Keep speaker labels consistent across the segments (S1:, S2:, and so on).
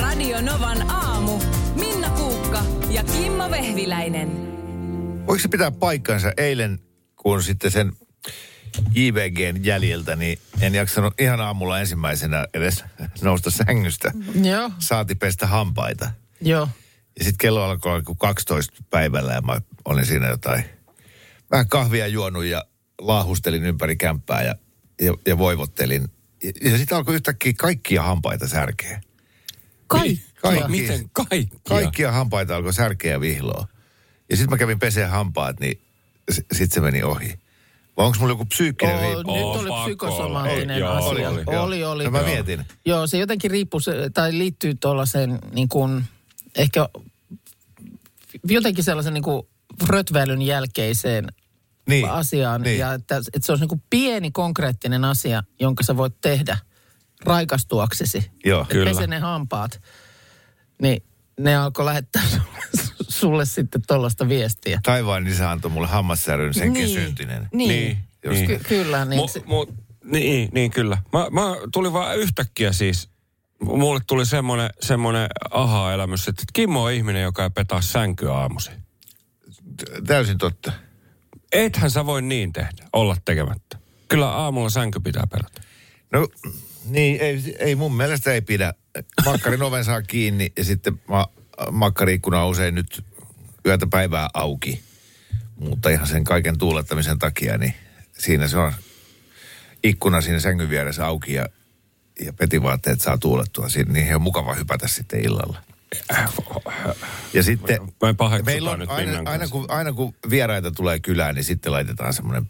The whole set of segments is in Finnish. S1: Radio Novan aamu. Minna Kuukka ja Kimmo Vehviläinen.
S2: Voiko se pitää paikkansa eilen, kun sitten sen JVGn jäljiltä, niin en jaksanut ihan aamulla ensimmäisenä edes nousta sängystä.
S3: Joo,
S2: Saati pestä hampaita.
S3: joo.
S2: Ja sitten kello alkoi olla kuin 12 päivällä ja mä olin siinä jotain vähän kahvia juonut ja laahustelin ympäri kämppää ja, ja, ja voivottelin. Ja, ja sitten alkoi yhtäkkiä kaikkia hampaita särkeä.
S3: Kaikkia.
S2: Miten?
S4: Miten kaikkia?
S2: Kaikkia hampaita alkoi särkeä vihloa. Ja sitten mä kävin peseen hampaat, niin sitten se meni ohi. Vai onko mulla joku psyykkinen
S3: Oo,
S2: riippu?
S3: nyt
S4: Oo,
S3: oli
S4: pakko
S3: psykosomaattinen
S4: olla. Ei,
S3: asia.
S4: joo, oli,
S3: oli,
S4: oli,
S2: joo.
S3: oli. oli.
S2: No mä mietin.
S3: Joo, se jotenkin riippuu, se- tai liittyy tuollaiseen niin kuin, ehkä jotenkin sellaisen niin kuin rötväilyn jälkeiseen
S2: Niin.
S3: asiaan.
S2: Niin.
S3: Ja että, että se olisi niin kuin pieni konkreettinen asia, jonka sä voit tehdä raikastuaksesi.
S2: Joo.
S3: Et
S4: Kyllä.
S3: Pese ne hampaat. Niin ne alkoi lähettää sulle sitten tuollaista viestiä.
S2: Taivaan isä antoi mulle hammassäryn senkin
S3: Niin.
S2: syntinen.
S3: Niin.
S2: Just.
S3: Ky- kyllä, niin
S4: Mu-
S3: se-
S4: mu- niin, niin, kyllä. Mä, mä tulin vaan yhtäkkiä siis, mulle tuli semmoinen, semmoinen aha-elämys, että Kimmo on ihminen, joka ei petaa sänkyä aamusi.
S2: Täysin totta.
S4: Ethän sä voi niin tehdä, olla tekemättä. Kyllä aamulla sänky pitää pelata.
S2: No niin, ei, ei mun mielestä ei pidä. Makkarin oven saa kiinni ja sitten ma, makkariikkuna on usein nyt yötä päivää auki. Mutta ihan sen kaiken tuulettamisen takia, niin siinä se on ikkuna siinä sängyn vieressä auki ja, ja petivaatteet saa tuulettua. Siinä, niihin on mukava hypätä sitten illalla. Ja sitten...
S4: Mä en paheksuta
S2: Meillä on
S4: nyt
S2: aina,
S4: Minnan
S2: aina,
S4: kanssa.
S2: kun, aina kun vieraita tulee kylään, niin sitten laitetaan semmoinen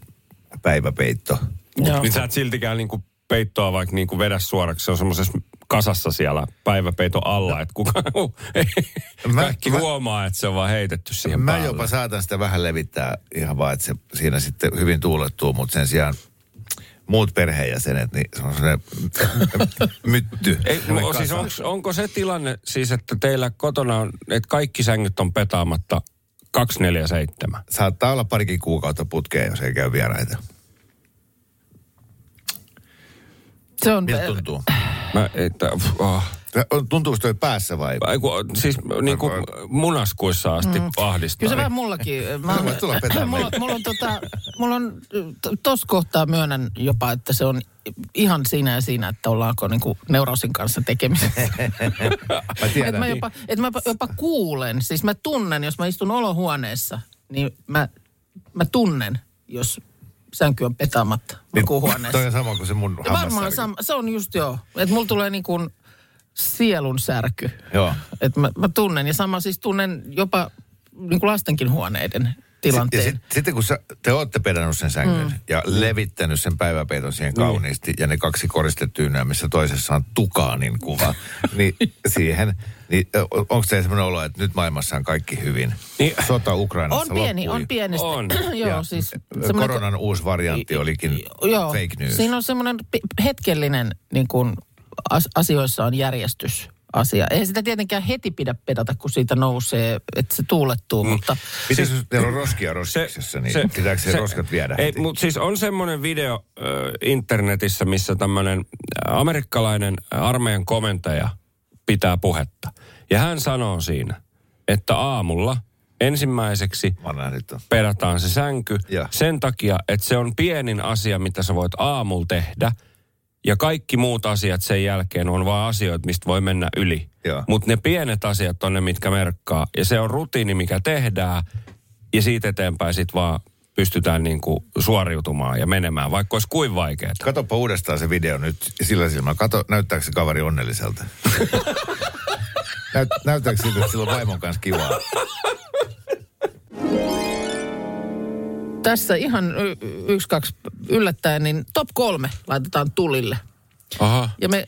S2: päiväpeitto.
S3: Joo.
S4: Niin sä et siltikään niinku peittoa vaikka niinku vedä suoraksi. Se on semmoisessa kasassa siellä päiväpeiton alla, että kuka
S2: Mä-
S4: mä, kaikki
S2: No. mä-
S4: mä, huomaa, että se on vaan heitetty siihen
S2: Mä
S4: päälle.
S2: jopa saatan sitä vähän levittää ihan vaan, että se siinä sitten hyvin tuulettuu, mutta sen sijaan muut perheenjäsenet, niin se on sellainen mytty.
S4: Ei,
S2: Semmoinen
S4: mu- siis
S2: kasa.
S4: on, onko se tilanne, siis että teillä kotona on, että kaikki sängyt on petaamatta 247?
S2: Saattaa olla parikin kuukautta putkea, jos ei käy vieraita.
S3: Se on,
S2: Miltä tuntuu?
S4: Mä, että, pff, oh.
S2: Tuntuuko toi päässä vai?
S4: Ai kun, siis niin kuin munaskuissa asti mm. ahdistaa.
S3: Mm-hmm. Kyllä se vähän mullakin. eh, Mä
S2: Voit tulla petämään.
S3: mulla, mulla, on tota, mulla on, to- tossa kohtaa myönnän jopa, että se on ihan siinä ja siinä, että ollaanko niinku neurosin kanssa tekemisissä.
S2: Mä
S3: Et
S2: tiedän.
S3: mä, jopa, et mä jopa- jopa kuulen, siis mä tunnen, jos mä istun olohuoneessa, niin mä, mä tunnen, jos sänky on petaamatta
S2: Niin,
S3: makuuhuoneessa.
S2: Toi on sama kuin se mun
S3: No Varmaan
S2: hammassärky.
S3: sama, se on just joo. Että mulla tulee niin kuin sielun särky.
S2: Joo.
S3: Et mä, mä tunnen, ja sama siis tunnen jopa niin kuin lastenkin huoneiden
S2: Ja
S3: tilanteen.
S2: sit, sitten kun sä, te olette pedannut sen sängyn mm. ja levittänyt sen päiväpeiton siihen
S3: Niin.
S2: kauniisti ja ne kaksi koristetyynää, missä toisessa on tukaanin kuva, niin siihen, niin onko se sellainen olo, että nyt maailmassa on kaikki hyvin?
S4: Niin.
S2: Sota Ukrainassa
S3: on pieni,
S2: loppui.
S3: on pienesti.
S4: On.
S3: joo,
S2: Ja
S3: siis semmoinen-
S2: koronan uusi variantti olikin fake news.
S3: Siinä on semmoinen pi- hetkellinen niin kuin as- asioissa on järjestys asia. Ei sitä tietenkään heti pidä pedata, kun siitä nousee, että se tuulettuu, mm. mutta
S2: Miten jos teillä on roskia roskiksessa, niin se, pitääkö se, roskat viedä?
S4: Ei,
S2: heti?
S4: mutta siis on semmoinen video ö, internetissä, missä tämmöinen amerikkalainen armeijan komentaja pitää puhetta. Ja hän sanoo siinä, että aamulla ensimmäiseksi
S2: Mä oon nähnyt ton.
S4: pedataan se sänky
S2: Joo.
S4: sen takia, että se on pienin asia, mitä sä voit aamulla tehdä. Ja kaikki muut asiat sen jälkeen on vaan asioita, mistä voi mennä yli.
S2: Joo.
S4: Mutta ne pienet asiat on ne, mitkä merkkaa. Ja se on rutiini, mikä tehdään. Ja siitä eteenpäin sit vaan pystytään niinku suoriutumaan ja menemään, vaikka olisi kuin vaikeaa.
S2: Katoppa uudestaan se video nyt sillä silmällä. Kato, näyttääkö se kaveri onnelliselta? Näyt, näyttääkö siltä, että sillä on vaimon kanssa kivaa?
S3: tässä ihan y- y- yksi, kaksi yllättäen, niin top kolme laitetaan tulille.
S4: Aha.
S3: Ja me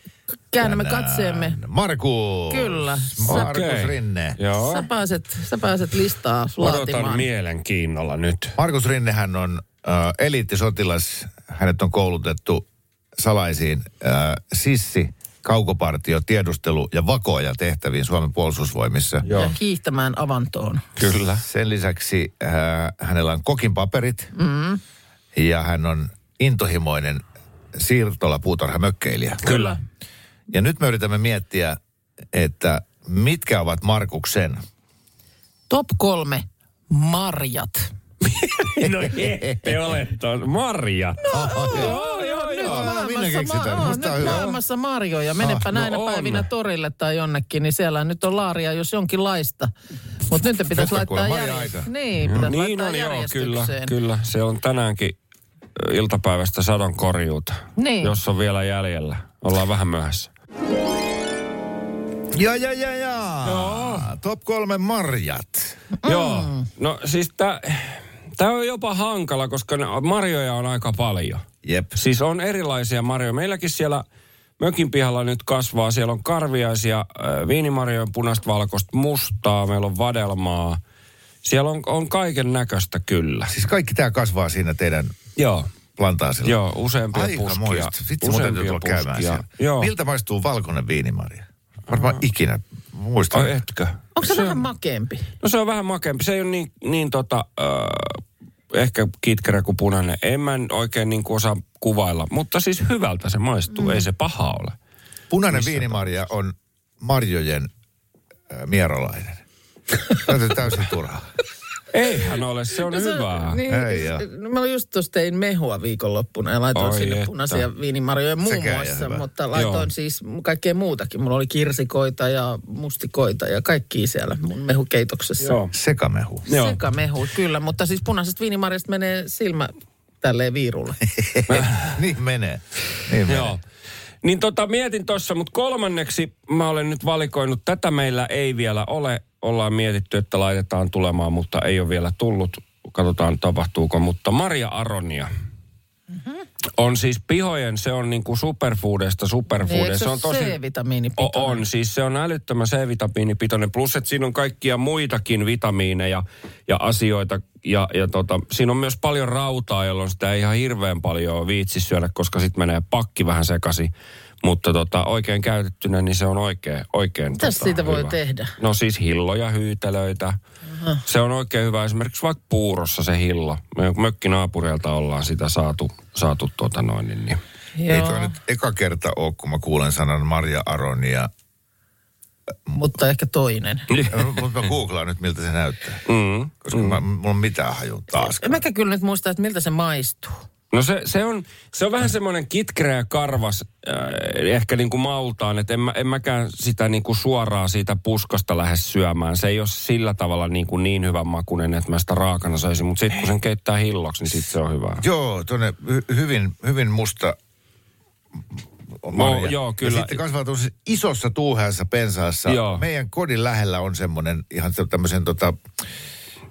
S3: käännämme
S2: Tänään.
S3: katseemme.
S2: Markus.
S3: Kyllä.
S2: Markus
S4: Okei.
S2: Rinne.
S4: Joo.
S3: Sä pääset, sä pääset listaa
S4: Odotan
S3: laatimaan.
S4: mielenkiinnolla nyt.
S2: Markus Rinnehän on äh, eliittisotilas. Hänet on koulutettu salaisiin äh, sissi, kaukopartio, tiedustelu ja vakoja tehtäviin Suomen puolustusvoimissa.
S3: ja kiihtämään avantoon.
S4: Kyllä.
S2: Sen lisäksi äh, hänellä on kokin paperit mm. ja hän on intohimoinen siirtola puutarhamökkeilijä.
S4: Kyllä.
S2: Ja nyt me yritämme miettiä, että Mitkä ovat Markuksen?
S3: Top kolme marjat.
S4: No ette ole tuon. Marja. Joo, joo, joo.
S2: Älä minä
S3: Maailmassa
S2: keksin tän.
S3: oo,
S2: Musta on
S3: nyt
S2: hyvä.
S3: maailmassa marjoja. Menepä
S2: Ah,
S4: no
S3: näinä
S4: on.
S3: päivinä torille tai jonnekin, niin siellä nyt on laaria jos jonkinlaista. Mutta nyt ne pitäisi
S2: Tästä
S3: laittaa
S2: kuulemma
S3: järjestykseen.
S2: marja-aika.
S3: Niin, pitäisi
S4: Niin
S3: laittaa
S4: on joo, kyllä,
S3: järjestykseen.
S4: kyllä. Se on tänäänkin ö, iltapäivästä sadon korjuuta.
S3: Niin.
S4: Jos on vielä jäljellä. Ollaan vähän myöhässä.
S2: Ja, ja, ja, ja. Joo. Top kolme marjat.
S4: Mm. Joo. No siis tämä on jopa hankala, koska ne- marjoja on aika paljon.
S2: Jep.
S4: Siis on erilaisia marjoja. Meilläkin siellä mökin pihalla nyt kasvaa. Siellä on karviaisia ö, viinimarjoja, punaista, valkoista, mustaa. Meillä on vadelmaa. Siellä on, on kaiken näköistä kyllä.
S2: Siis kaikki tämä kasvaa siinä teidän
S4: Joo.
S2: plantaasilla.
S4: Joo, useampia
S2: Aika
S4: puskia.
S2: moista. Sitten mun täytyy tulla käymään siellä.
S4: Joo.
S2: Miltä maistuu valkoinen viinimarja? Varmaan ikinä. Muistan.
S4: Ai No etkö?
S3: Onko se, vähän makeempi?
S4: No se on vähän makeampi. Se ei ole niin, niin tota, äh, ehkä kitkerä kuin punainen. En mä n- oikein niin kuin osaa kuvailla. Mutta siis hyvältä se maistuu. Mm. Ei se paha ole.
S2: Punainen viinimarja on marjojen äh, mieralainen. Tämä on täysin turhaa.
S4: Eihän ole, se on no
S3: se on-
S4: hyvää.
S3: Niin,
S2: Ei oo.
S3: no, mä just tuossa tein mehua viikonloppuna ja laitoin
S4: Ai
S3: sinne
S4: että.
S3: punaisia viinimarjoja muun
S2: Sekään ei
S3: muassa,
S2: ole hyvä.
S3: mutta laitoin
S4: Joo.
S3: siis kaikkea muutakin. Mulla oli kirsikoita ja mustikoita ja kaikki siellä mun mehukeitoksessa.
S4: Joo.
S2: Sekamehu.
S4: Joo.
S3: Sekamehu, kyllä, mutta siis punaisesta viinimarjasta menee silmä tälleen viirulle.
S2: niin menee. Niin menee.
S4: Joo. Niin tota, mietin tuossa, mutta kolmanneksi mä olen nyt valikoinut, tätä meillä ei vielä ole. Ollaan mietitty, että laitetaan tulemaan, mutta ei ole vielä tullut. Katsotaan tapahtuuko, mutta Maria Aronia. On siis pihojen, se on niinku superfoodesta superfoodesta.
S3: Eikö se
S4: se on tosi...
S3: C-vitamiinipitoinen?
S4: O- On, siis se on älyttömän C-vitamiinipitoinen. Plus, että siinä on kaikkia muitakin vitamiineja ja asioita. Ja, ja tota, siinä on myös paljon rautaa, jolloin sitä ei ihan hirveän paljon viitsi syödä, koska sitten menee pakki vähän sekaisin. Mutta tota, oikein käytettynä, niin se on oikein, oikein
S3: Mitäs
S4: tota,
S3: siitä voi
S4: hyvä.
S3: tehdä?
S4: No siis hilloja, hyytelöitä. Se on oikein hyvä. Esimerkiksi vaikka puurossa se hillo. Me mökkinaapureilta ollaan sitä saatu, saatu tuota noin, niin, niin.
S2: Ei toi nyt eka kerta ole, kun mä kuulen sanan Marja Aronia.
S3: mutta ehkä toinen.
S2: Mutta mä googlaan nyt, miltä se näyttää.
S4: Mm.
S2: Koska mm. mä, mulla on mitään haju taas.
S3: En mäkään kyllä nyt muista, että miltä se maistuu.
S4: No se, se, on, se on vähän semmoinen kitkerä ja karvas, äh, ehkä niin kuin maultaan, että en, mä, en mäkään sitä niin kuin suoraan siitä puskasta lähde syömään. Se ei ole sillä tavalla niin, kuin niin hyvän makunen, että mä sitä raakana söisin, mutta sitten kun sen keittää hilloksi, niin sitten se on hyvää.
S2: Joo, tuonne hy- hyvin, hyvin musta on
S4: No,
S2: marja.
S4: joo,
S2: Ja
S4: kyllä.
S2: sitten kasvaa tuossa isossa tuuheassa pensaassa.
S4: Joo.
S2: Meidän kodin lähellä on semmoinen ihan se- tämmöisen tota,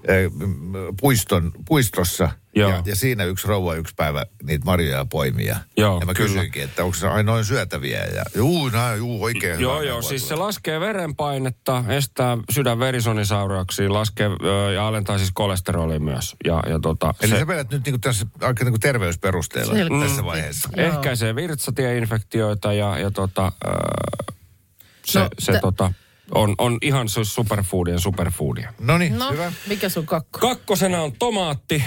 S2: eh, m- puiston, puistossa.
S4: Joo.
S2: Ja, ja, siinä yksi rouva yksi päivä niitä marjoja poimia.
S4: Joo,
S2: ja mä
S4: kyllä.
S2: kysyinkin, että onko se ainoin syötäviä. Ja, juu, nää, juu, oikein
S4: Joo,
S2: hyvä.
S4: joo, siis se laskee verenpainetta, estää sydän verisonisairauksia, laskee ö, ja alentaa siis kolesterolia myös. Ja, ja tota,
S2: Eli
S4: se-
S2: sä vedät nyt niinku tässä aika niinku terveysperusteella
S3: Selkeästi.
S2: tässä vaiheessa.
S3: Joo.
S4: ehkäisee virtsatieinfektioita ja, ja tota, ö, se,
S3: No,
S4: no, se
S3: tä-
S4: tota, on, on ihan su- superfoodien superfoodia.
S2: No niin,
S3: No,
S2: hyvä.
S3: mikä sun kakko?
S4: Kakkosena on tomaatti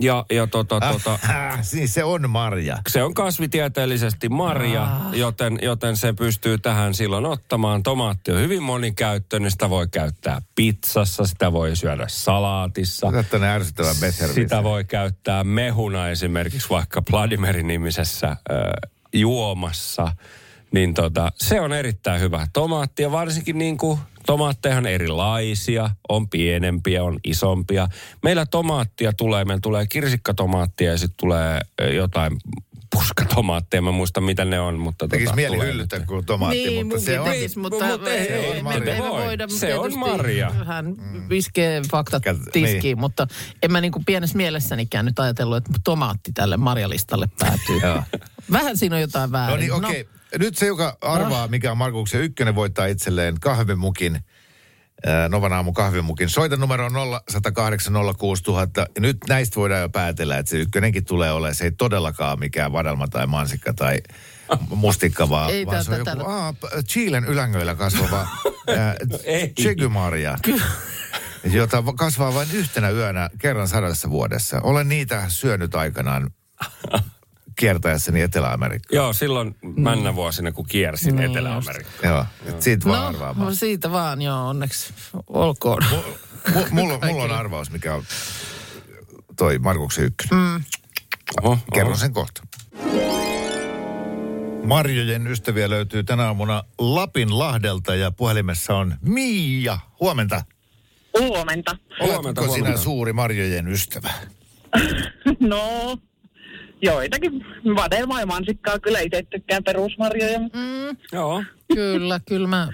S4: ja, ja tota, tota,
S2: Äh, siis se on marja.
S4: se on kasvitieteellisesti marja,
S3: Ah.
S4: joten, joten se pystyy tähän silloin ottamaan. Tomaatti on hyvin monikäyttöinen, sitä voi käyttää pizzassa, sitä voi syödä salaatissa.
S2: Tätä on ärsyttävän besservissä.
S4: Sitä voi käyttää mehuna esimerkiksi vaikka Vladimir-nimisessä ö, juomassa. Niin tota, se on erittäin hyvä. Tomaatti ja varsinkin niin kuin, tomaatteja on erilaisia, on pienempiä, on isompia. Meillä tomaattia tulee, meillä tulee kirsikkatomaattia ja sitten tulee ö, jotain puskatomaatteja. Mä en muista, mitä ne on, mutta
S2: Tekisi
S4: tota,
S2: mieli
S4: tulee
S2: hyllytä, kun on tomaatti,
S3: niin,
S2: mutta se on...
S3: munkin tekis, mutta,
S4: Mut ei-
S3: ei,
S4: ei
S3: ei,
S2: marja.
S3: me- ei me
S4: Voi.
S3: voida
S4: Se on
S3: tietysti
S4: marja.
S3: Hän viskee faktat
S2: Kat-
S3: tiskiin,
S2: Mm. niin.
S3: mutta en mä niinku pienessä mielessänikään nyt ajatellut, että tomaatti tälle marjalistalle päätyy. Vähän siinä on jotain väärin.
S2: No niin, okei. Okay. Nyt se, joka arvaa,
S3: No.
S2: mikä on Markuksen ykkönen, voittaa itselleen kahvimukin, äh, Novan aamu kahvimukin. Soita numero on 0806000. Ja nyt näistä voidaan jo päätellä, että se ykkönenkin tulee olemaan. Se ei todellakaan mikään vadelma tai mansikka tai mustikka, vaan,
S3: Ei
S2: vaan se on
S3: tätä-
S2: joku
S3: tätä-
S2: aa, p- Chilen ylängoilla kasvava
S4: Ei.
S2: chekymarja, jota va- kasvaa vain yhtenä yönä kerran sadassa vuodessa. Olen niitä syönyt aikanaan kiertäessäni Etelä-Amerikkaa.
S4: Joo, silloin männä vuosina, kun kiersin
S3: Niin
S4: Etelä-Amerikkaa.
S2: Joo, et siitä vaan arvaamaan.
S3: no, siitä vaan, joo, onneksi olkoon.
S2: Mu- mulla, mulla on arvaus, mikä on toi Markuksen ykkönen. Mm.
S4: Oho, oho.
S2: Kerron sen kohta. Marjojen ystäviä löytyy tänä aamuna Lapin Lahdelta ja puhelimessa on Miia. Huomenta.
S5: Huomenta.
S4: Huomenta,
S2: Oletko
S4: huomenta.
S2: sinä suuri Marjojen ystävä?
S5: No, joitakin vadelmaa ja mansikkaa kyllä itse tykkään perusmarjoja. Mm.
S4: Joo.
S3: kyllä, kyllä mä,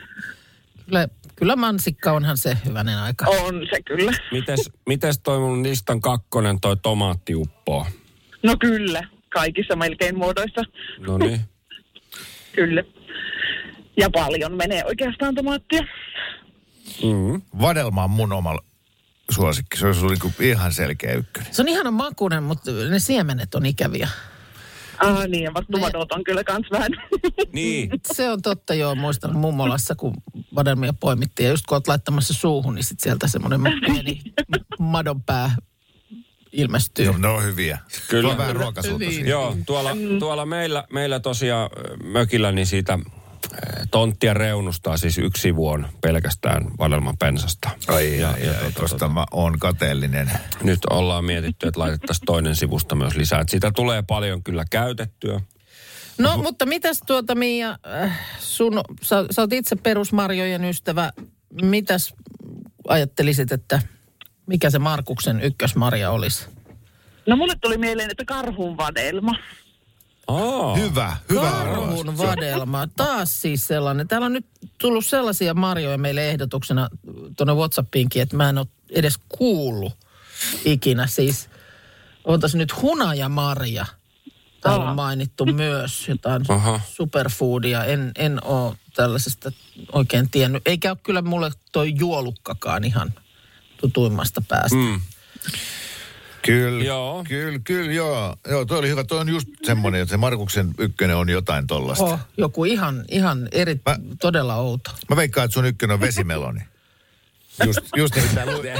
S3: kyllä, kyllä mansikka onhan se hyvänen aika.
S5: On se kyllä.
S4: Mites, mites toi mun listan kakkonen, toi tomaatti uppoo?
S5: No kyllä, kaikissa melkein muodoissa.
S4: No niin.
S5: Kyllä. Ja paljon menee oikeastaan tomaattia.
S4: Mm.
S2: Vadelma on mun oma suosikki. Se on sulla niinku ihan selkeä ykkönen.
S3: Se on ihana makuinen, mutta ne siemenet on ikäviä.
S5: Ah niin, ja vattu
S3: Ne-
S5: vadot on kyllä kans vähän.
S4: Niin.
S3: Se on totta, joo. Muistan mummolassa, kun vadelmia poimittiin. Ja just kun oot laittamassa suuhun, niin sit sieltä semmoinen pieni madon pää ilmestyy.
S2: Joo, ne on hyviä.
S4: Kyllä.
S2: Tuo on vähän ruokaisuutta
S3: Niin.
S2: siihen.
S4: Joo, tuolla, tuolla meillä, meillä tosiaan ö, mökillä niin siitä ö, tonttia reunustaa siis yksi vuon pelkästään vadelman pensasta.
S2: Ai, ja, ai, ja, ai, tosta mä oon kateellinen.
S4: Nyt ollaan mietitty, että laitettaisiin toinen sivusta myös lisää. Et sitä tulee paljon kyllä käytettyä.
S3: No, mutta mitäs tuota Miia, äh, sun, sä, sä oot itse perusmarjojen ystävä. Mitäs ajattelisit, että mikä se Markuksen ykkösmarja olisi?
S5: No mulle tuli mieleen, että karhun vadelma.
S4: Aa,
S2: Hyvä, hyvä arvaus.
S3: Karhun vadelma. Taas siis sellainen. Täällä on nyt tullut sellaisia marjoja meille ehdotuksena tuonne Whatsappiinkin, että mä en ole edes kuullut ikinä. Siis on tässä nyt hunajamarja. Täällä on mainittu myös jotain
S4: Aha.
S3: superfoodia. En, en ole tällaisesta oikein tiennyt. Eikä ole kyllä mulle toi juolukkakaan ihan tutuimmasta päästä. Mm.
S2: Kyllä,
S4: Joo.
S2: kyllä, kyllä, joo. Joo, toi oli hyvä. Toi on just semmoinen, että se Markuksen ykkönen on jotain tollasta.
S3: Oh, joku ihan, ihan eri,
S2: Mä-
S3: todella outo.
S2: Mä veikkaan, että sun ykkönen on vesimeloni. Just, just niin, mitä luin.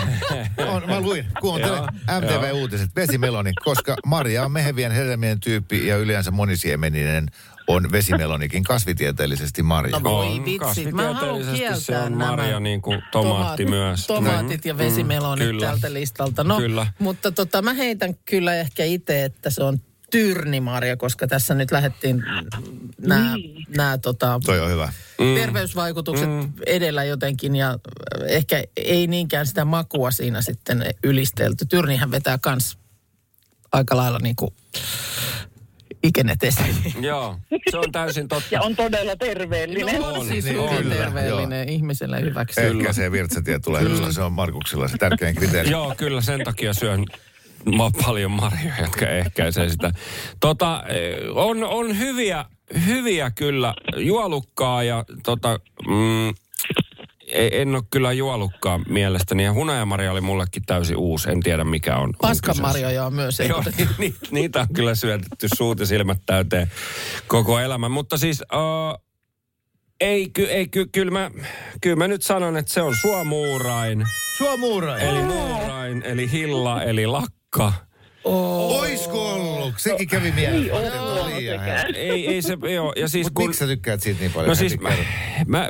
S2: On, mä luin, kuuntele MTV-uutiset. Vesimeloni, koska Maria on mehevien hedelmien tyyppi ja yleensä monisiemeninen on vesimelonikin kasvitieteellisesti Marja.
S3: No voi
S4: On,
S3: vitsi, mä haluan
S4: kasvitieteellisesti
S3: kieltää
S4: se on
S3: nämä.
S4: marja niin kuin tomaatti
S3: Tomaat-
S4: myös. Mm.
S3: Tomaatit ja vesimelonit
S4: kyllä.
S3: tältä listalta. No,
S4: Kyllä.
S3: Mutta tota, mä heitän kyllä ehkä itse, että se on tyrnimarja, koska tässä nyt lähdettiin nämä nää, tota,
S2: Toi on hyvä.
S4: mm.
S3: terveysvaikutukset edellä jotenkin ja äh, ehkä ei niinkään sitä makua siinä sitten ylistelty. Tyrnihän vetää kans aika lailla niin kuin ikenet esiin.
S4: Joo, se on täysin totta.
S5: Ja on todella terveellinen.
S3: No, on siis
S2: niin,
S3: hyvin
S2: kyllä,
S3: terveellinen ihmiselle hyväksi.
S2: Ehkä se virtsatie tulee kyllä. Se on Markuksella se tärkein kriteeri.
S4: Joo, kyllä sen takia syön ma- paljon marjoja, jotka ehkäisee sitä. Tota, eh, on, on hyviä, hyviä kyllä juolukkaa ja tota, mm, e- en ole kyllä juolukkaa mielestäni. Ja hunajamarja oli mullekin täysin uusi, en tiedä mikä on. on kyseessä.
S3: Paskanmarjoja on myös.
S4: Joo,
S3: ehdotettu.
S4: ni, niitä on kyllä syötetty suut ja silmät täyteen koko elämän. Mutta siis, uh, ei, ky, ei ky, kyllä, mä, kyllä mä nyt sanon, että se on suomuurain.
S2: Suomuurainen.
S4: Eli muurain, eli hilla, eli lakka.
S2: Oisko ollut? Sekin kävi mieleen. Joo,
S4: Ei, ei se, joo. Ja siis
S2: Mut
S4: kun,
S2: miksi sä tykkäät siitä niin paljon?
S4: no siis mä,
S2: Henrik?
S4: mä,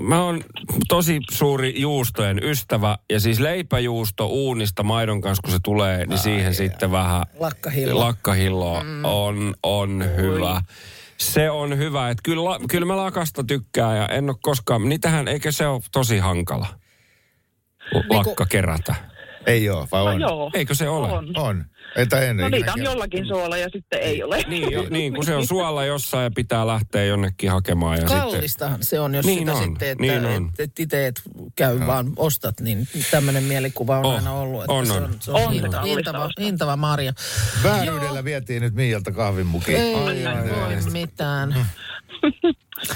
S4: mä oon tosi suuri juustojen ystävä. Ja siis leipäjuusto uunista maidon kanssa, kun se tulee, niin siihen sitten vähän
S3: Lakkahillo.
S4: lakkahillo
S2: Mm.
S4: on, on hyvä. Se on hyvä. Että kyllä, la- kyllä mä lakasta tykkään ja en ole koskaan, niitähän, eikö se ole tosi hankala?
S2: Niinku-
S4: Lakka kerätä.
S2: Ei oo, vai on?
S5: Ah, Joo,
S4: Eikö se ole? Niin,
S5: on.
S2: On. Entä ennen?
S5: No niitä on jollakin suola ja sitten ei ole.
S4: Niin, jo, niin, kun se on suolla jossain ja pitää lähteä jonnekin hakemaan. Ja Sitten,
S3: Kallistahan se on, jos
S4: Niin
S3: niin sitä
S4: on,
S3: on, sitten, että
S4: niin
S3: niin
S4: on.
S3: et, et itse et käy no. vaan ostat, niin tämmöinen mielikuva on
S4: On,
S3: oh, aina ollut, että
S4: on,
S3: se
S4: on.
S3: on, se on,
S5: On
S3: hinta,
S5: kallista
S3: hintava,
S5: ostaa.
S3: hintava marja.
S2: Vääryydellä vietiin nyt Miialta kahvin mukiin.
S3: Ei voi mitään.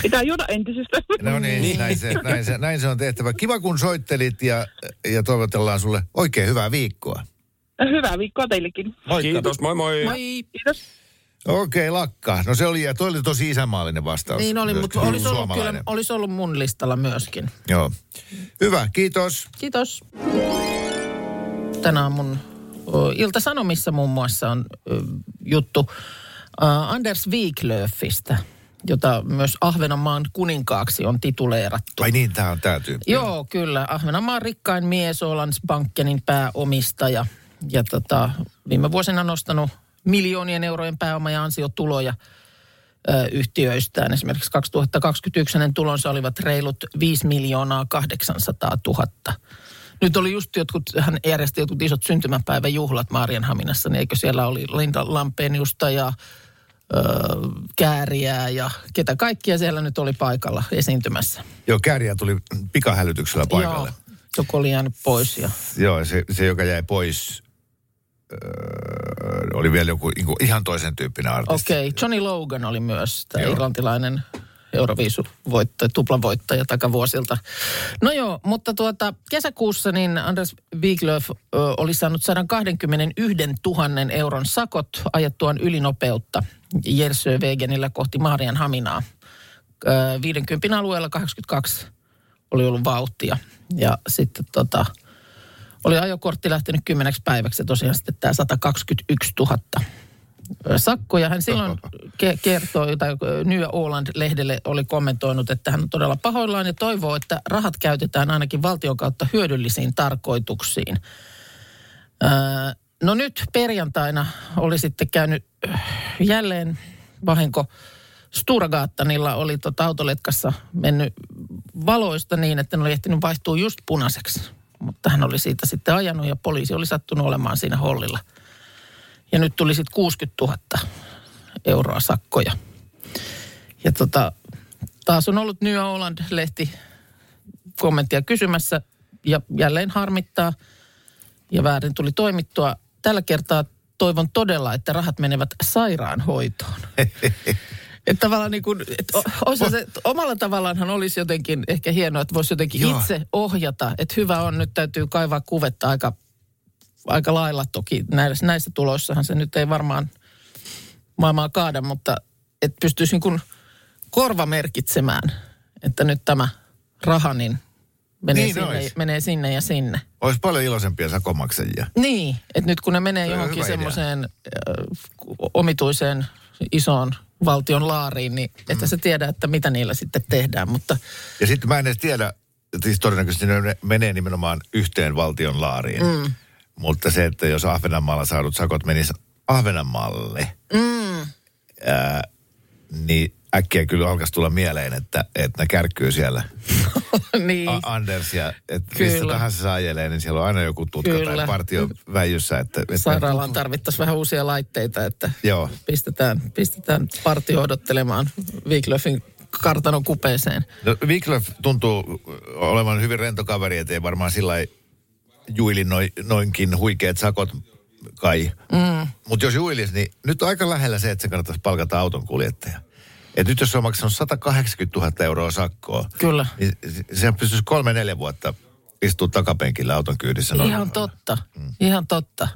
S5: Pitää juoda entisistä.
S2: No niin, niin. Näin, se, näin, se, näin se on tehtävä. Kiva kun soittelit ja, ja toivotellaan sulle oikein hyvää viikkoa.
S5: Hyvää viikkoa teillekin.
S4: kiitos, moi moi.
S3: Moi.
S5: Kiitos.
S2: Okei, lakka. No se oli, ja toi oli tosi isänmaallinen vastaus.
S3: Niin oli,
S2: Myös
S3: mutta olisi ollut, kyllä,
S2: suomalainen.
S3: olisi ollut mun listalla myöskin.
S2: Joo. Hyvä, kiitos.
S3: Kiitos. Tänään mun ö, Ilta-Sanomissa muun muassa on ö, juttu Äh, Anders Wiglöfistä, jota myös Ahvenanmaan kuninkaaksi on tituleerattu.
S2: Ai niin, tämä on tämä tyyppi.
S3: Joo, kyllä. Ahvenanmaan rikkain mies, Olansbankkenin pääomistaja. Ja tota, viime vuosina nostanut miljoonien eurojen pääoma- ja ansiotuloja ö, yhtiöistään. Esimerkiksi 2021 hänen tulonsa olivat reilut 5 miljoonaa 800 000. Nyt oli just jotkut, hän järjesti jotkut isot syntymäpäiväjuhlat Maarianhaminassa, niin eikö siellä oli Linda Lampeniusta ja ö, Kääriää ja ketä kaikkia siellä nyt oli paikalla esiintymässä.
S2: Joo, kääriä tuli pikahälytyksellä paikalle.
S3: Joo, joku oli jäänyt pois. Ja...
S2: Joo, Joo se, se, joka jäi pois, öö, oli vielä joku niinku ihan toisen tyyppinen artisti.
S3: Okei, okay. Johnny Logan oli myös tämä
S2: Joo.
S3: irlantilainen Euroviisu voittaja, tuplavoittaja takavuosilta. No joo, mutta tuota, kesäkuussa niin Anders Wiglöf ö, oli saanut 121 000 euron sakot ajettuaan ylinopeutta Jersövegenillä kohti Maarian Haminaa. 50 alueella 82 oli ollut vauhtia ja sitten tota, oli ajokortti lähtenyt kymmeneksi päiväksi ja tosiaan sitten tämä 121 000 sakkoja. Hän silloin ke- kertoi, tai New Oland-lehdelle oli kommentoinut, että hän on todella pahoillaan ja toivoo, että rahat käytetään ainakin valtion kautta hyödyllisiin tarkoituksiin. Öö, No nyt perjantaina oli sitten käynyt öh, jälleen vahinko. Sturgaattanilla oli tota autoletkassa mennyt valoista niin, että ne oli ehtinyt vaihtua just punaiseksi. Mutta hän oli siitä sitten ajanut ja poliisi oli sattunut olemaan siinä hollilla. Ja nyt tuli sitten 60 000 euroa sakkoja. Ja tota, taas on ollut New Holland-lehti kommenttia kysymässä ja jälleen harmittaa ja väärin tuli toimittua. Tällä kertaa toivon todella, että rahat menevät sairaanhoitoon. Että tavallaan niin kuin, että o- oisa se, että omalla tavallaanhan olisi jotenkin ehkä hienoa, että voisi jotenkin
S2: Joo.
S3: itse ohjata. Että hyvä on, nyt täytyy kaivaa kuvetta aika, aika lailla toki. Näissä, näissä tuloissahan se nyt ei varmaan maailmaa kaada, mutta että pystyisi niin kuin korvamerkitsemään, että nyt tämä raha niin menee,
S2: Niin
S3: sinne,
S2: olisi.
S3: menee sinne ja sinne.
S2: Olisi paljon iloisempia sakomaksajia.
S3: Niin, että nyt kun ne menee
S2: Toi on
S3: johonkin
S2: hyvä idea.
S3: semmoiseen äh, omituiseen isoon valtion laariin, niin että
S2: Mm.
S3: se tiedä, että mitä niillä sitten tehdään. Mutta
S2: Ja sitten mä en edes tiedä, siis todennäköisesti ne menee nimenomaan yhteen valtion laariin. Mm. Mutta se, että jos Ahvenanmaalla saadut sakot menis Ahvenanmaalle, mm. ää, niin äkkiä kyllä alkaisi tulla mieleen, että, että ne kärkkyy siellä.
S3: niin,
S2: A- Anders ja että mistä
S3: Kyllä.
S2: tahansa se ajelee, niin siellä on aina joku tutka
S3: Kyllä.
S2: tai partio väijyssä. Että, että
S3: sairaalaan tarvittaisiin vähän uusia laitteita, että
S2: Joo.
S3: pistetään, pistetään partio odottelemaan Wiglöfin kartanon kupeeseen.
S2: No, Wiglöf tuntuu olevan hyvin rento kaveri, ettei varmaan sillä lailla juili noi, noinkin huikeat sakot kai. Mm. Mutta jos juilis, niin nyt on aika lähellä se, että se kannattaisi palkata auton kuljettaja. Et nyt jos se on maksanut 180 000 euroa sakkoa,
S3: Kyllä.
S2: niin se- sehän pystyisi kolme neljä vuotta istua takapenkillä auton kyydissä. No,
S3: Ihan totta, ihan totta.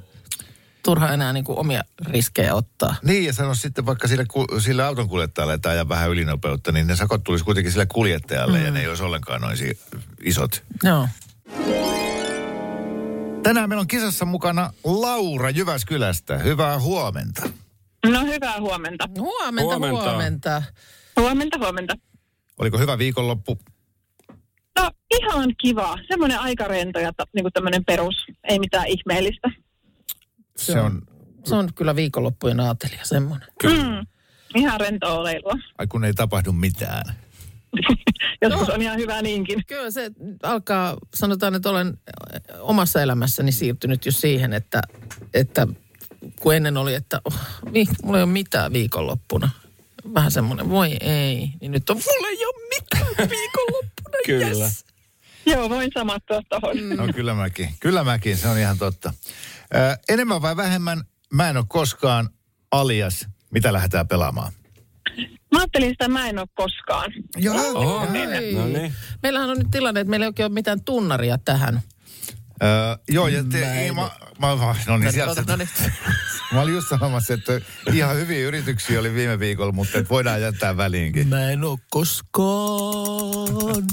S3: Turha enää niin kuin omia riskejä ottaa.
S2: Niin, ja sano sitten vaikka sille, ku- sille auton kuljettajalle, että ajan vähän ylinopeutta, niin ne sakot tulisi kuitenkin sille kuljettajalle, mm. ja ne ei olisi ollenkaan noin si- isot.
S3: Joo.
S2: Tänään meillä on kisassa mukana Laura Jyväskylästä. Hyvää huomenta.
S5: No hyvää huomenta.
S3: Huomenta, huomenta.
S4: Huomenta.
S3: huomenta.
S5: Huomenta, huomenta.
S2: Oliko hyvä viikonloppu?
S5: No ihan kiva. Semmoinen aika rento ja ta, niin tämmöinen perus. Ei mitään ihmeellistä.
S2: Se on,
S3: Se on kyllä viikonloppujen aatelia semmoinen.
S5: Mm. Ihan rentoa oleilua.
S2: ai kun ei tapahdu mitään.
S5: Joskus on ihan hyvä niinkin.
S3: Kyllä se alkaa, sanotaan, että olen omassa elämässäni siirtynyt jo siihen, että, että kun ennen oli, että oh, vi, mulla ei ole mitään viikonloppuna. Vähän semmoinen, voi ei. Niin nyt on, mulla ei ole mitään viikonloppuna.
S4: Kyllä.
S3: Yes.
S5: Joo, voin samattua tuohon.
S2: No kyllä mäkin, kyllä mäkin, se on ihan totta. Ö, enemmän vai vähemmän, mä en ole koskaan alias, mitä lähdetään pelaamaan.
S5: Mä ajattelin sitä mä en ole koskaan.
S2: Joo.
S4: Oho,
S3: Ei.
S4: no niin.
S3: Meillähän on nyt tilanne, että meillä ei oikein ole mitään tunnaria tähän.
S2: Öö, joo, ja te, mä, ei, mä, mä, mä, no niin, sieltä.
S3: Ota- no niin.
S2: Mä olin just sanomassa, että ihan hyviä yrityksiä oli viime viikolla, mutta että voidaan jättää väliinkin.
S3: Mä en oo koskaan.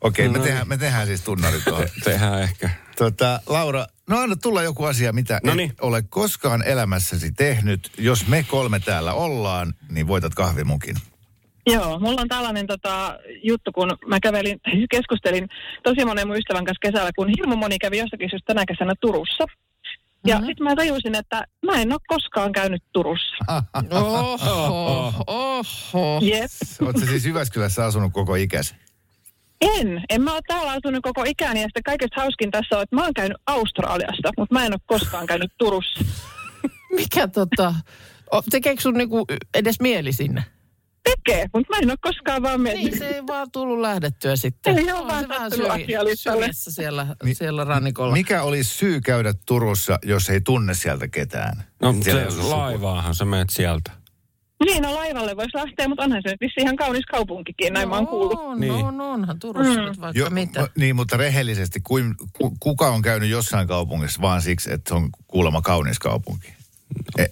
S2: Okei, okay, me, tehdään, me tehdään siis tunnarit tuohon.
S4: Tehdään ehkä.
S2: Tota, Laura, no anna tulla joku asia, mitä
S4: Noniin.
S2: et ole koskaan elämässäsi tehnyt. Jos me kolme täällä ollaan, niin voitat kahvimukin.
S5: Joo, mulla on tällainen tota, juttu, kun mä kävelin, siis keskustelin tosi monen mun ystävän kanssa kesällä, kun hirmu moni kävi jostakin syystä tänä kesänä Turussa. Ja mm-hmm. sitten mä tajusin, että mä en ole koskaan käynyt Turussa.
S3: Oho, oho.
S5: Jep.
S2: Oletko siis Jyväskylässä asunut koko ikäsi?
S5: En. En mä ole täällä asunut koko ikäni ja sitten kaikesta hauskin tässä on, että mä oon käynyt Australiasta, mutta mä en ole koskaan käynyt Turussa.
S3: Mikä tota, o, tekeekö sun niinku edes mieli sinne?
S5: Tekee, mutta mä en ole koskaan vaan mennyt.
S3: Niin, se ei vaan tullut lähdettyä sitten.
S5: Ei oo vaan
S3: se vähän
S5: sattunut asialistalle.
S3: syrjässä siellä, siellä rannikolla.
S2: Mikä olisi syy käydä Turussa, jos ei tunne sieltä ketään?
S4: No
S2: Siellä ei
S4: se
S2: ole sukua.
S4: laivaahan sä menet sieltä.
S5: Niin, no laivalle voisi lähteä, mutta onhan se nyt vissiin ihan kaunis kaupunkikin, näin Mm. mä oon kuullut.
S3: No On,
S4: Niin.
S3: on, onhan Turussa nyt vaikka
S2: Jo,
S3: mitä.
S2: m- Niin, mutta rehellisesti, kuin, ku, kuka on käynyt jossain kaupungissa vaan siksi, että se on kuulemma kaunis kaupunki? E, en-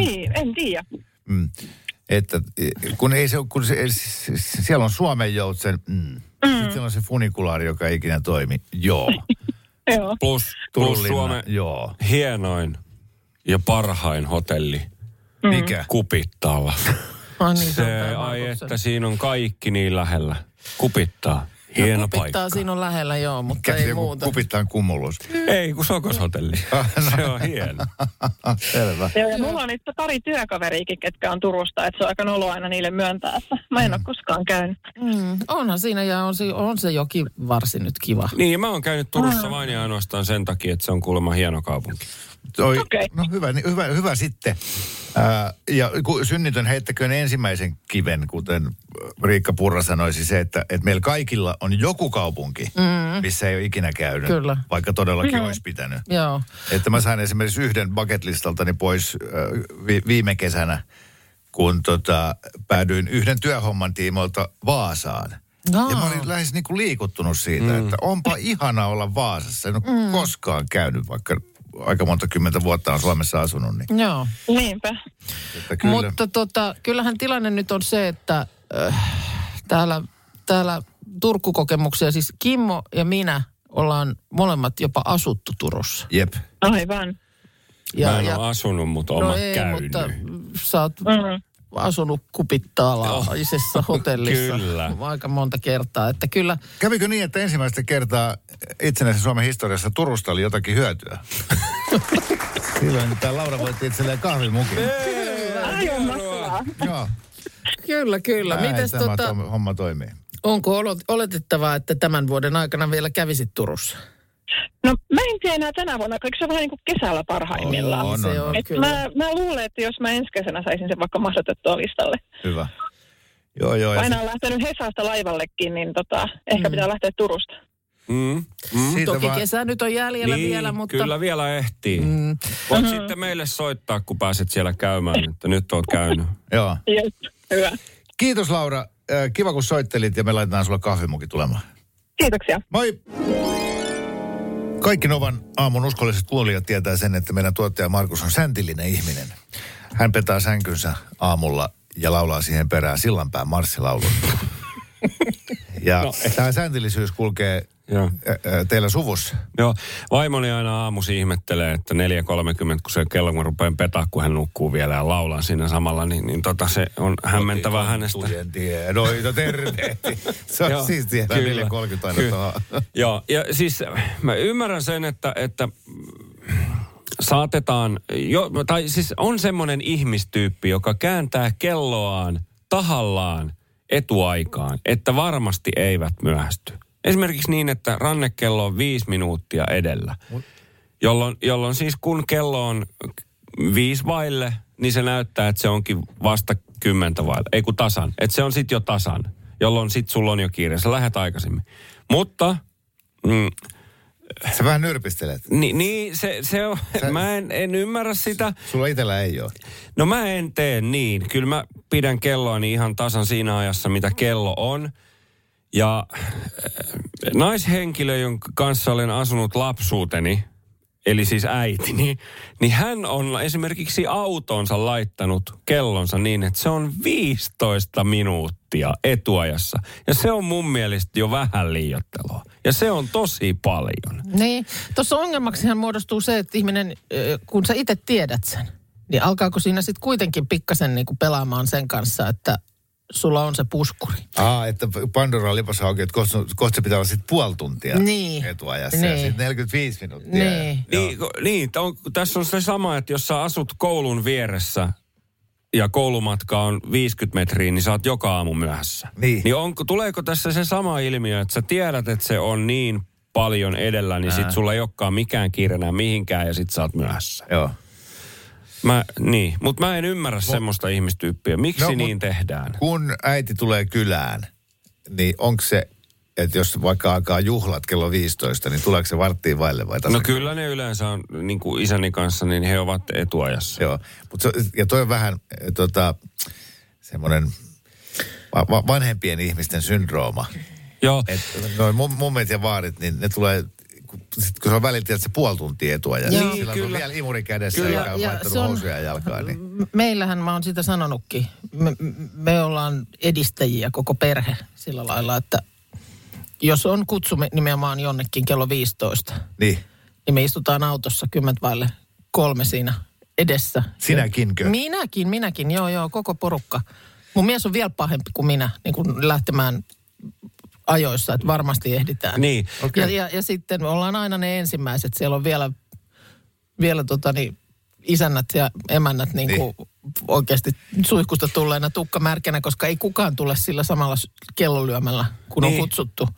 S5: Niin, en tiedä.
S2: Mm. Että eh, kun, ei se, ole- kun se, s- s- siellä on Suomen joutsen, mm. mm. sitten siellä on se funikulaari, joka ei ikinä toimi. Joo.
S5: Joo.
S4: Plus,
S2: Turun
S4: plus
S2: linna,
S4: Suomen
S2: Joo.
S4: hienoin ja parhain hotelli
S2: Mikä?
S4: Kupittaalla.
S3: Ai niin, on
S4: Se,
S3: tää
S4: ai
S3: Markuksen.
S4: että siinä on kaikki niin lähellä. Kupittaa.
S3: No,
S4: Hieno
S3: kupittaa
S4: paikka.
S3: siinä on lähellä, joo, mutta
S2: Mikä se
S3: ei
S2: joku
S3: muuta.
S2: kupittaan kumulus?
S4: Ei, kun Sokoshotelli. Se on hieno.
S2: Selvä.
S5: Joo, ja mulla on nyt pari työkaveriikin, ketkä on Turusta, että se on aika nolo aina niille myöntää, että mä en ole koskaan käynyt.
S3: Mm, onhan siinä ja on se, on se joki varsin nyt kiva.
S4: Niin, ja mä oon käynyt Turussa vain ja ainoastaan sen takia, että se on kuulemma hieno kaupunki.
S2: Toi, okay.
S5: Okei.
S2: No hyvä, niin hyvä, hyvä sitten. Ää, ja kun synnytön heittäköön ensimmäisen kiven, kuten äh, Riikka Purra sanoi, siis se, että, että meillä kaikilla on joku kaupunki, mm. missä ei ole ikinä käynyt,
S3: Kyllä.
S2: vaikka todellakin mm. olisi pitänyt.
S3: Joo.
S2: Että mä sain esimerkiksi yhden bucketlistaltani pois äh, vi- viime kesänä, kun tota, päädyin yhden työhomman tiimoilta Vaasaan.
S3: Aa.
S2: Ja mä olin lähes niin kuin liikuttunut siitä, mm. että onpa ihana olla Vaasassa. En ole mm. koskaan käynyt, vaikka aika monta kymmentä vuotta on Suomessa asunut. Niin,
S3: Joo.
S5: Niinpä.
S2: että kyllä.
S3: Kyllä. Mutta tota, kyllähän tilanne nyt on se, että äh, täällä, täällä Turkku-kokemuksia, siis Kimmo ja minä ollaan molemmat jopa asuttu Turussa.
S2: Jep.
S5: Aivan.
S4: Ja, mä en ja... ole asunut, mutta oon
S3: no
S4: mä
S3: ei,
S4: käynyt.
S3: mutta mm, sä oot
S5: Mm.
S3: asunut kupittaalaisessa hotellissa
S4: Kyllä.
S3: aika monta kertaa. Että kyllä,
S2: Kävikö niin, että ensimmäistä kertaa itsenäisen Suomen historiassa Turusta oli jotakin hyötyä? Silloin tämä Laura voitti itselleen kahvimukin.
S5: Aivan mahtavaa.
S2: Joo.
S3: kyllä, kyllä.
S2: Näin
S3: Mites
S2: tämä
S3: tota,
S2: to- homma toimii.
S3: onko olo- oletettavaa, että tämän vuoden aikana vielä kävisit Turussa?
S5: No mä en tiedä enää tänä vuonna, koska se on vähän niin kuin kesällä parhaimmillaan.
S2: On, on,
S3: Se on
S5: Et
S3: kyllä.
S5: mä, mä luulen, että jos mä ensi kesänä saisin sen vaikka mahdotettua listalle.
S2: Hyvä. Joo, joo. ja
S5: Aina on lähtenyt Hesasta laivallekin, niin tota, ehkä pitää lähteä Turusta.
S4: Mm, mm.
S2: Siitä
S3: Toki
S2: vaan-
S3: kesä nyt on jäljellä
S4: niin,
S3: vielä, mutta...
S4: kyllä vielä ehtii. Mm. Voit sitten meille soittaa, kun pääset siellä käymään, että nyt oot käynyt.
S2: Joo.
S5: Jep. Hyvä.
S2: Kiitos Laura. Ö, Kiva kun soittelit ja me laitetaan sulle kahvimukin tulemaan.
S5: Kiitoksia.
S2: Moi! Kaikki Novan aamun uskolliset kuulijat tietää sen, että meidän tuottaja Markus on säntillinen ihminen. Hän petää sänkynsä aamulla ja laulaa siihen perään sillanpään marssilaulun. Ja no,
S3: eh.
S2: tämä säntillisyys kulkee
S4: Joo.
S2: ö, ö, teillä suvussa.
S4: Joo, vaimoni aina aamusi ihmettelee, että 4.30, kun se kello kun rupean petaa, kun hän nukkuu vielä ja laulan siinä samalla, niin, niin tota, se on hämmentävää hänestä.
S2: Tujen tiedoita tervehti. No, Se
S4: Joo,
S2: on siis siistiä.
S4: kyllä.
S2: 4.30 aina
S4: Kyllä.
S2: tuohon.
S4: Joo, ja siis mä ymmärrän sen, että, että saatetaan, jo, tai siis on semmoinen ihmistyyppi, joka kääntää kelloaan tahallaan etuaikaan, että varmasti eivät myöhästy. Esimerkiksi niin, että rannekello on viisi minuuttia edellä, jolloin, jolloin siis kun kello on viisi vaille, niin se näyttää, että se onkin vasta kymmentä vaille, ei kun tasan, että se on sitten jo tasan, jolloin sitten sulla on jo kiire, sä lähet aikaisemmin. Mutta mm,
S2: Sä vähän nyrpistelet.
S4: niin, niin se, se on, mä en, en ymmärrä sitä.
S2: Sulla itellä ei ole.
S4: No mä en tee niin. Kyllä mä pidän kelloani ihan tasan siinä ajassa, mitä kello on. Ja äh, naishenkilö, jonka kanssa olen asunut lapsuuteni, eli siis äitini, niin hän on esimerkiksi autonsa laittanut kellonsa niin, että se on 15 minuuttia etuajassa. Ja se on mun mielestä jo vähän liiottelua. Ja se on tosi paljon.
S3: Niin. Tuossa ongelmaksihan muodostuu se, että ihminen, ö, kun sä itse tiedät sen, niin alkaako siinä sitten kuitenkin pikkasen niinku pelaamaan sen kanssa, että sulla on se puskuri.
S2: Aa, että Pandora lipas auki, että kohta, kohta se pitää olla sitten puoli tuntia
S3: Niin.
S2: etuajassa ja
S3: Niin.
S2: sitten 45 minuuttia.
S3: Niin.
S4: Niin, ko- niin tää on, tässä on se sama, että jos sä asut koulun vieressä ja koulumatka on 50 metriä, niin sä oot joka aamu myöhässä.
S2: Niin.
S4: niin onko, tuleeko tässä se sama ilmiö, että sä tiedät, että se on niin paljon edellä, niin
S2: Äh.
S4: sit sulla ei olekaan mikään kiire enää mihinkään ja sit sä oot myöhässä.
S2: Joo.
S4: Mä, niin, mutta mä en ymmärrä semmoista ihmistyyppiä. Miksi
S2: No,
S4: no,
S2: mut-
S4: niin tehdään?
S2: Kun äiti tulee kylään, niin onko se, että jos vaikka alkaa juhlat kello 15, niin tuleeko se varttiin vaille vai
S4: No
S2: tasan?
S4: kyllä ne yleensä on, niin kuin isäni kanssa, niin he ovat etuajassa.
S2: Joo. Mut se, ja toi on vähän eh, tota, semmoinen va- va- vanhempien ihmisten syndrooma.
S4: Joo.
S2: Et noin mum- mummet ja vaarit, niin ne tulee, kun, sit kun se on välillä että se puoli tuntia etua ja
S3: Joo.
S2: niin, sillä
S4: Kyllä.
S2: on vielä imuri kädessä
S4: Kyllä.
S2: kyllä. joka on
S3: Ja
S2: laittanut
S3: se on- Mm.
S2: housuja jalkaan. Niin.
S3: M- Meillähän mä oon sitä sanonutkin. Me, me ollaan edistäjiä koko perhe sillä lailla, että jos on kutsu me- nimenomaan jonnekin kello 15,
S2: niin.
S3: niin me istutaan autossa kymmentä vaille kolme siinä edessä.
S2: Sinäkinkö?
S3: Minäkin, minäkin, joo joo, koko porukka. Mun mies on vielä pahempi kuin minä niin kuin lähtemään ajoissa, että varmasti ehditään.
S4: Niin.
S3: Okay. Ja, ja, ja sitten me ollaan aina ne ensimmäiset, siellä on vielä, vielä tota niin, isännät ja emännät niin kuin oikeasti suihkusta tulleena tukkamärkänä, koska ei kukaan tule sillä samalla s- kellonlyömällä, kun niin.
S4: Niin.
S3: on kutsuttu,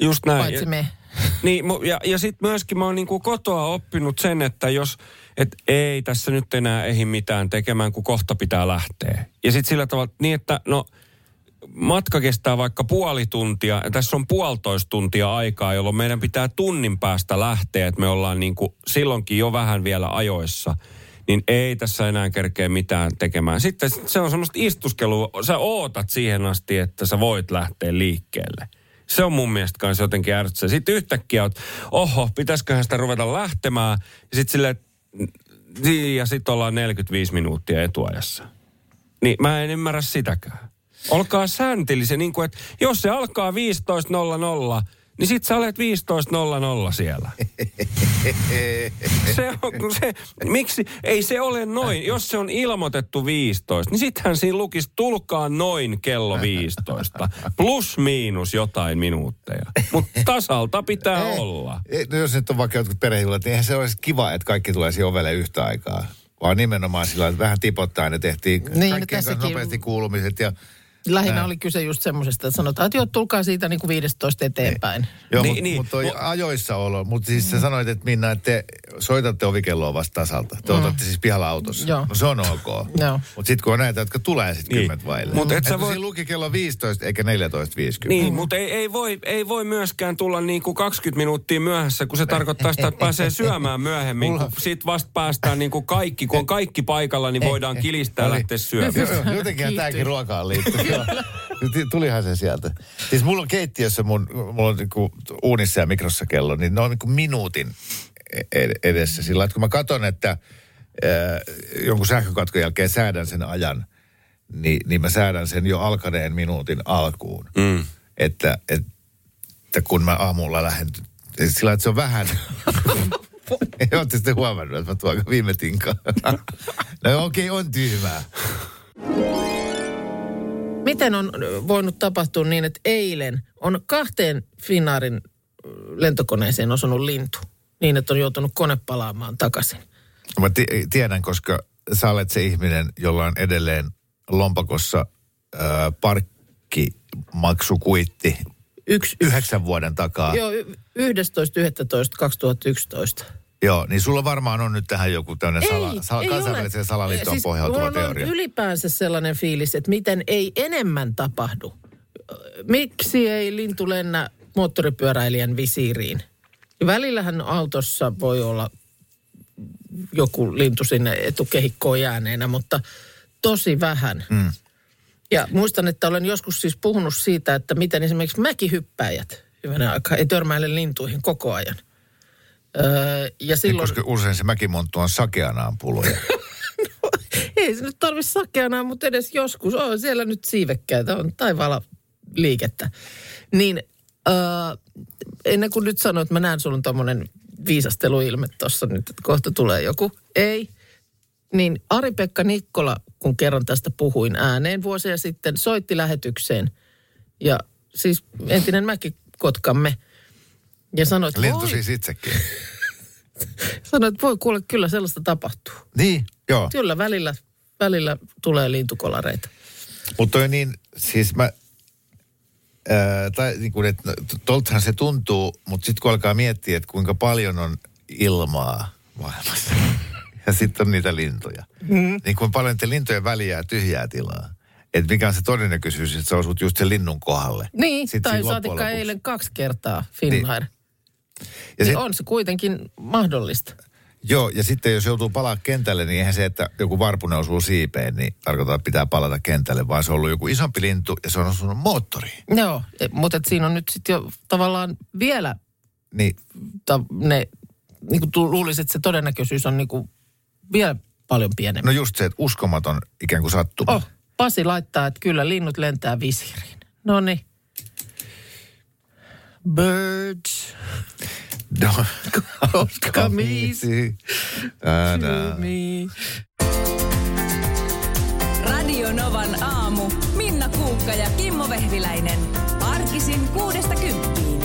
S4: Just näin.
S3: paitsi me.
S4: Niin, mu- ja, ja sitten myöskin mä oon niinku kotoa oppinut sen, että jos, et ei tässä nyt enää ehdi mitään tekemään, kun kohta pitää lähteä. Ja sitten sillä tavalla, niin että no, matka kestää vaikka puoli tuntia, ja tässä on puolitoista tuntia aikaa, jolloin meidän pitää tunnin päästä lähteä, että me ollaan niinku silloinkin jo vähän vielä ajoissa. Niin ei tässä enää kerkeä mitään tekemään. Sitten se on semmoista istuskelua, sä ootat siihen asti, että sä voit lähteä liikkeelle. Se on mun mielestä kanssa jotenkin ärsyttävää. Sitten yhtäkkiä oot, oho, pitäisiköhän sitä ruveta lähtemään. Ja sitten silleen, että, niin, ja sitten ollaan 45 minuuttia etuajassa. Niin mä en ymmärrä sitäkään. Olkaa säntillisiä, niin kuin, että jos se alkaa 15.00, niin sit sä olet 15.00 siellä. se on, kun se, miksi, ei se ole noin. Jos se on ilmoitettu 15, niin sittenhän siinä lukisi, tulkaa noin kello 15. Plus miinus jotain minuutteja. Mutta tasalta pitää
S2: Ei.
S4: olla.
S2: Ei, No jos nyt on vaikka jotkut perhejuhlat, niin eihän se olisi kiva, että kaikki tulee siihen ovelle yhtä aikaa. Vaan nimenomaan sillä lailla, että vähän tipottaen ne tehtiin niin, kaikkien kanssa
S3: tässäkin-
S2: nopeasti kuulumiset. Ja,
S3: Lähinnä oli kyse just semmoisesta, että sanotaan, että joo, tulkaa siitä niin kuin 15 eteenpäin.
S2: joo,
S4: Niin,
S2: niin, mutta
S4: niin.
S2: niin, mut toi
S4: Mu-
S2: ajoissa olo. Mutta siis mm. sä sanoit, että Minna, että te soitatte ovikelloa vasta tasalta. Te mm. otatte siis pihalla autossa.
S3: Joo.
S2: No se on ok.
S3: Joo.
S2: Mutta sitten kun on näitä, jotka tulee sitten
S4: Niin.
S2: niin. kymmentä vaille.
S4: Mut et sä
S2: Et
S4: voi-
S2: Siinä luki kello 15 eikä 14.50.
S4: Niin, mutta ei, ei, voi, ei voi myöskään tulla niin kuin 20 minuuttia myöhässä, kun se tarkoittaa sitä, että pääsee syömään myöhemmin. Kun sit vasta päästään niin kuin kaikki, kun on kaikki paikalla, niin voidaan kilistää ja
S2: Oli.
S4: lähteä
S2: Joo,
S4: syömään.
S2: joo, jotenkin tämäkin ruokaan liittyy. Joo. Nyt Niin, Tulihan se sieltä. Siis mulla on keittiössä mun, mulla on niinku uunissa ja mikrossa kello, niin ne on niinku minuutin e- ed- edessä. Sillä lailla, että kun mä katson, että ää, jonkun sähkökatkon jälkeen säädän sen ajan, niin, niin mä säädän sen jo alkaneen minuutin alkuun. Mm. Että, että kun mä aamulla lähden, siis sillä lailla, että se on vähän... Olette sitten huomannut, että mä tuon viime tinkaan. no okei, okay, on tyhmää.
S3: Miten on ö, voinut tapahtua niin, että eilen on kahteen Finnaarin ö, lentokoneeseen osunut lintu, niin että on joutunut kone palaamaan takaisin?
S2: Mä ti- tiedän, koska sä olet se ihminen, jolla on edelleen lompakossa ää, parkkimaksukuitti
S3: Yksi, yksi.
S2: yhdeksän vuoden takaa. Joo.
S3: Joo, y- 11.11.2011.
S2: Joo, niin sulla varmaan on nyt tähän joku tämmöinen sala, sala,
S3: ei
S2: kansainväliseen
S3: ole.
S2: salaliittoon
S3: Siis
S2: pohjautuva
S3: mulla
S2: teoria.
S3: on ylipäänsä sellainen fiilis, että miten ei enemmän tapahdu. Miksi ei lintu lennä moottoripyöräilijän visiiriin? Välillähän autossa voi olla joku lintu sinne etukehikkoon jääneenä, mutta tosi vähän. Mm. Ja muistan, että olen joskus siis puhunut siitä, että miten esimerkiksi mäkihyppäjät hyvänä aikaa ei törmäile lintuihin koko ajan. Öö, ja
S2: Niin,
S3: silloin...
S2: koska usein se mäkimonttu on sakeanaan puloja.
S3: Ei se nyt tarvi sakeana, mutta edes joskus on siellä nyt siivekkäitä, on taivaalla liikettä. Niin öö, ennen kuin nyt sanoit, että mä näen sulla tommonen viisasteluilme tuossa nyt, että kohta tulee joku. Ei. Niin Ari-Pekka Nikkola, kun kerran tästä puhuin ääneen vuosia sitten, soitti lähetykseen. Ja siis entinen mäkin kotkamme. Ja sanoi, että
S2: Lintu
S3: voi,
S2: siis itsekin.
S3: sanoi, että voi kuule, kyllä sellaista tapahtuu.
S2: niin, joo.
S3: Kyllä välillä, välillä tulee lintukolareita.
S2: Mutta toi niin, siis mä, ää, tai niin kuin, että no, toltahan se tuntuu, mutta sitten kun alkaa miettiä, että kuinka paljon on ilmaa maailmassa. ja sitten on niitä lintuja.
S3: Mm-hmm.
S2: Mm. Niin kuin paljon niiden lintujen väliä tyhjää tilaa. Että mikä on se todennäköisyys, että sä osut just sen linnun kohdalle.
S3: Niin,
S2: Sit
S3: tai
S2: siinä loppujen
S3: saatikka
S2: lopuksi.
S3: eilen kaksi kertaa Finnair. Niin,
S2: Ja
S3: niin
S2: sit,
S3: on se kuitenkin mahdollista.
S2: Joo, ja sitten jos joutuu palaa kentälle, niin eihän se, että joku varpunen osuu siipeen, niin tarkoittaa, että pitää palata kentälle, vaan se on ollut joku isompi lintu ja se on osunut moottoriin.
S3: Joo, e- mutta et siinä on nyt sitten jo tavallaan vielä
S2: Niin
S3: ta, ne, niin kuin luulisi, että se todennäköisyys on niin kuin vielä paljon pienempi.
S2: No just se, että uskomaton ikään kuin sattuma.
S3: Oh, Pasi laittaa, että kyllä linnut lentää visiiriin. No niin. Birds
S2: No,
S3: come easy
S2: Tada.
S3: to me.
S1: Radio Novan aamu. Minna Kuukka ja Kimmo Vehviläinen. Arkisin kuudesta kymppiin.